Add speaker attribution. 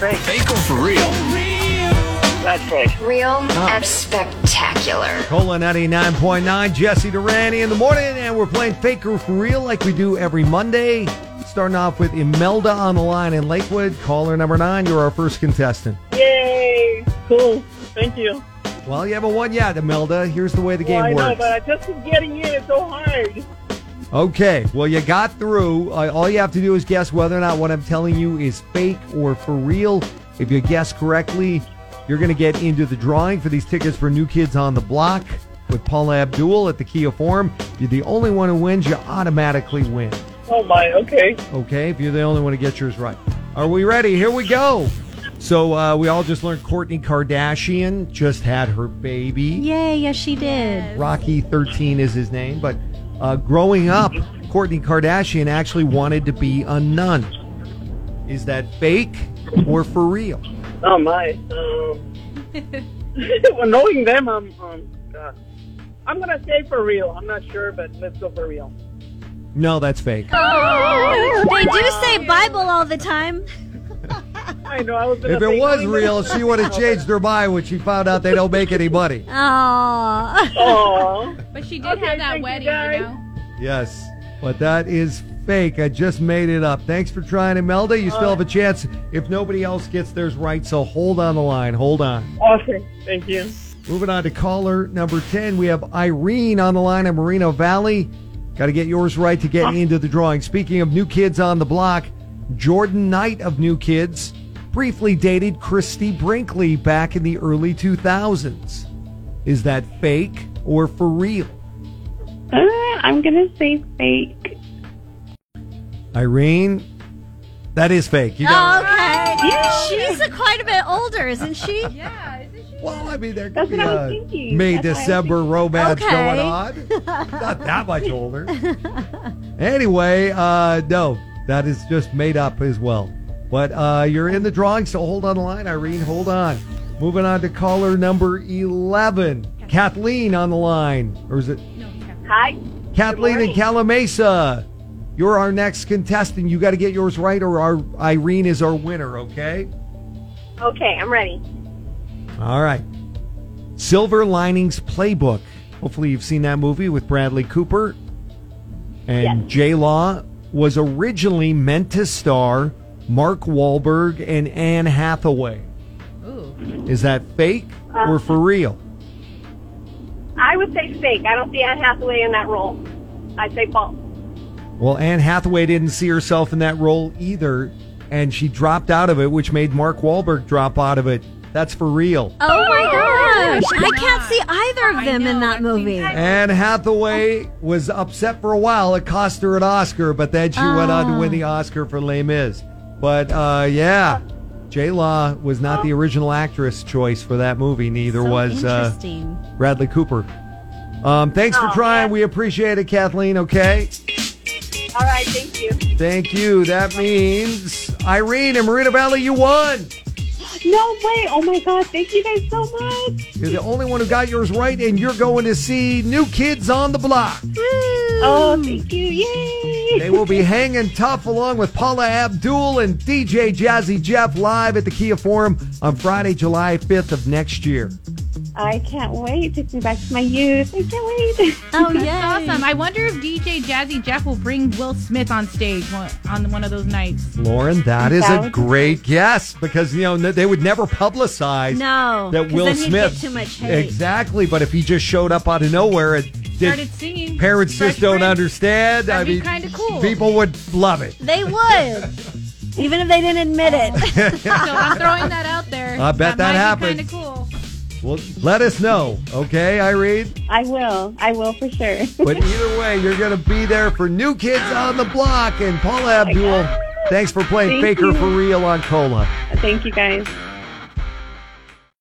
Speaker 1: fake?
Speaker 2: Fake or for real?
Speaker 1: That's fake.
Speaker 3: Real and spectacular.
Speaker 4: Cola 99.9, Jesse Durani in the morning, and we're playing Faker for Real like we do every Monday. Starting off with Imelda on the line in Lakewood. Caller number nine, you're our first contestant.
Speaker 5: Yay! Cool. Thank you.
Speaker 4: Well, you haven't won yet, Imelda. Here's the way the game
Speaker 5: well, I
Speaker 4: works.
Speaker 5: know, but I just keep getting in. It's so hard.
Speaker 4: Okay, well, you got through. Uh, all you have to do is guess whether or not what I'm telling you is fake or for real. If you guess correctly, you're going to get into the drawing for these tickets for New Kids on the Block with Paula Abdul at the Kia Forum. If you're the only one who wins, you automatically win.
Speaker 5: Oh my. Okay.
Speaker 4: Okay, if you're the only one to get yours right. Are we ready? Here we go. So uh, we all just learned Courtney Kardashian just had her baby.
Speaker 6: Yay, yes, she did.
Speaker 4: Rocky 13 is his name, but uh, growing up, Courtney Kardashian actually wanted to be a nun. Is that fake or for real?
Speaker 5: Oh my. Um, well, knowing them, I'm. Um, God. I'm gonna say for real. I'm not sure, but let's go for real.
Speaker 4: No, that's fake.
Speaker 6: They do say Bible all the time.
Speaker 5: I know. I was. Gonna
Speaker 4: If
Speaker 5: say
Speaker 4: it was
Speaker 5: knowing
Speaker 4: real,
Speaker 5: them-
Speaker 4: she would have changed her mind when she found out they don't make any money.
Speaker 6: Aww.
Speaker 5: Aw.
Speaker 7: But she did
Speaker 5: Okay, thank
Speaker 7: have that
Speaker 5: you,
Speaker 7: wedding, you,
Speaker 5: guys.
Speaker 7: know.
Speaker 4: Yes, but that is fake. I just made it up. Thanks for trying, Imelda. You still have a chance if nobody else gets theirs right, so hold on the line. Hold on.
Speaker 5: Awesome. Thank you.
Speaker 4: Moving on to caller number 10, we have Irene on the line in Moreno Valley. Got to get yours right to get into the drawing. Speaking of new kids on the block, Jordan Knight of New Kids briefly dated Christy Brinkley back in the early 2000s. Is that fake or for real?
Speaker 8: Uh, I'm gonna say fake.
Speaker 4: Irene, that is fake. You got it.
Speaker 6: Okay. She's a quite a bit older, isn't she?
Speaker 7: Yeah, isn't she?
Speaker 4: Well, I mean, there could
Speaker 8: That's
Speaker 4: be
Speaker 8: what I was
Speaker 4: a
Speaker 8: thinking.
Speaker 4: May
Speaker 8: That's why I was
Speaker 4: December romance
Speaker 6: Okay.
Speaker 4: going on. Not that much older. anyway, uh, no, that is just made up as well. But uh, you're in the drawing, so hold on the line, Irene. Hold on. Moving on to caller number 11, Kathleen on the line. Or is it
Speaker 8: Hi.
Speaker 4: Kathleen in Calamasa? You're our next contestant. You got to get yours right, or our Irene is our winner, okay?
Speaker 8: Okay, I'm ready.
Speaker 4: All right. Silver Linings Playbook. Hopefully, you've seen that movie with Bradley Cooper. And J Law was originally meant to star Mark Wahlberg and Anne Hathaway. Is that fake or for real?
Speaker 8: I would say fake. I don't see Anne Hathaway in that role. I say false.
Speaker 4: Well, Anne Hathaway didn't see herself in that role either, and she dropped out of it, which made Mark Wahlberg drop out of it. That's for real.
Speaker 6: Oh my gosh. I can't see either of them in that movie.
Speaker 4: Anne Hathaway was upset for a while. It cost her an Oscar, but then she went on to win the
Speaker 6: Ah.
Speaker 4: Oscar for Les Mis. But uh, yeah, J Law was not the original actress choice for that movie. Neither
Speaker 6: So
Speaker 4: was uh,
Speaker 6: interesting. Oh,
Speaker 4: Bradley Cooper. Um, thanks for trying. We appreciate it, Kathleen. Okay,
Speaker 8: All right, thank you.
Speaker 4: thank you. That means Irene and Marina Valley, you won.
Speaker 8: No way! Oh my god! Thank you guys so much.
Speaker 4: You're the only one who got yours right, and you're going to see New Kids on the Block.
Speaker 6: Mm.
Speaker 8: Oh, thank you! Yay!
Speaker 4: They will be hanging tough along with Paula Abdul and DJ Jazzy Jeff live at the Kia Forum on Friday, July 5th of next year.
Speaker 8: I can't wait. Takes me back to my youth. I can't wait.
Speaker 6: Oh, yeah.
Speaker 7: Awesome. I wonder if DJ Jazzy Jeff will bring Will Smith on stage one, on one of those nights.
Speaker 4: Lauren, that is
Speaker 8: That
Speaker 4: a
Speaker 8: would-
Speaker 4: great guess because you know they would never publicize
Speaker 6: No.
Speaker 4: that
Speaker 6: 'cause
Speaker 4: Will
Speaker 6: then he'd
Speaker 4: Smith
Speaker 6: Get too much hate.
Speaker 4: exactly. But if he just showed up out of nowhere and did,
Speaker 7: Started singing.
Speaker 4: parents
Speaker 7: Fresh
Speaker 4: just don't
Speaker 7: Prince.
Speaker 4: understand,
Speaker 7: That'd
Speaker 4: I
Speaker 7: be
Speaker 4: mean,
Speaker 7: kinda cool.
Speaker 4: people would love it.
Speaker 6: They would. Even if they didn't admit it.
Speaker 7: So I'm throwing that out there.
Speaker 4: I bet that
Speaker 7: Kind
Speaker 4: happened.
Speaker 7: of cool.
Speaker 4: Well, let us know, okay, Irene.
Speaker 8: I will. I will for sure.
Speaker 4: But either way, you're going to be there for New Kids on the Block and Paula Abdul. Thanks for playing
Speaker 8: Thank
Speaker 4: Faker
Speaker 8: you.
Speaker 4: for Real on Cola.
Speaker 8: Thank you guys.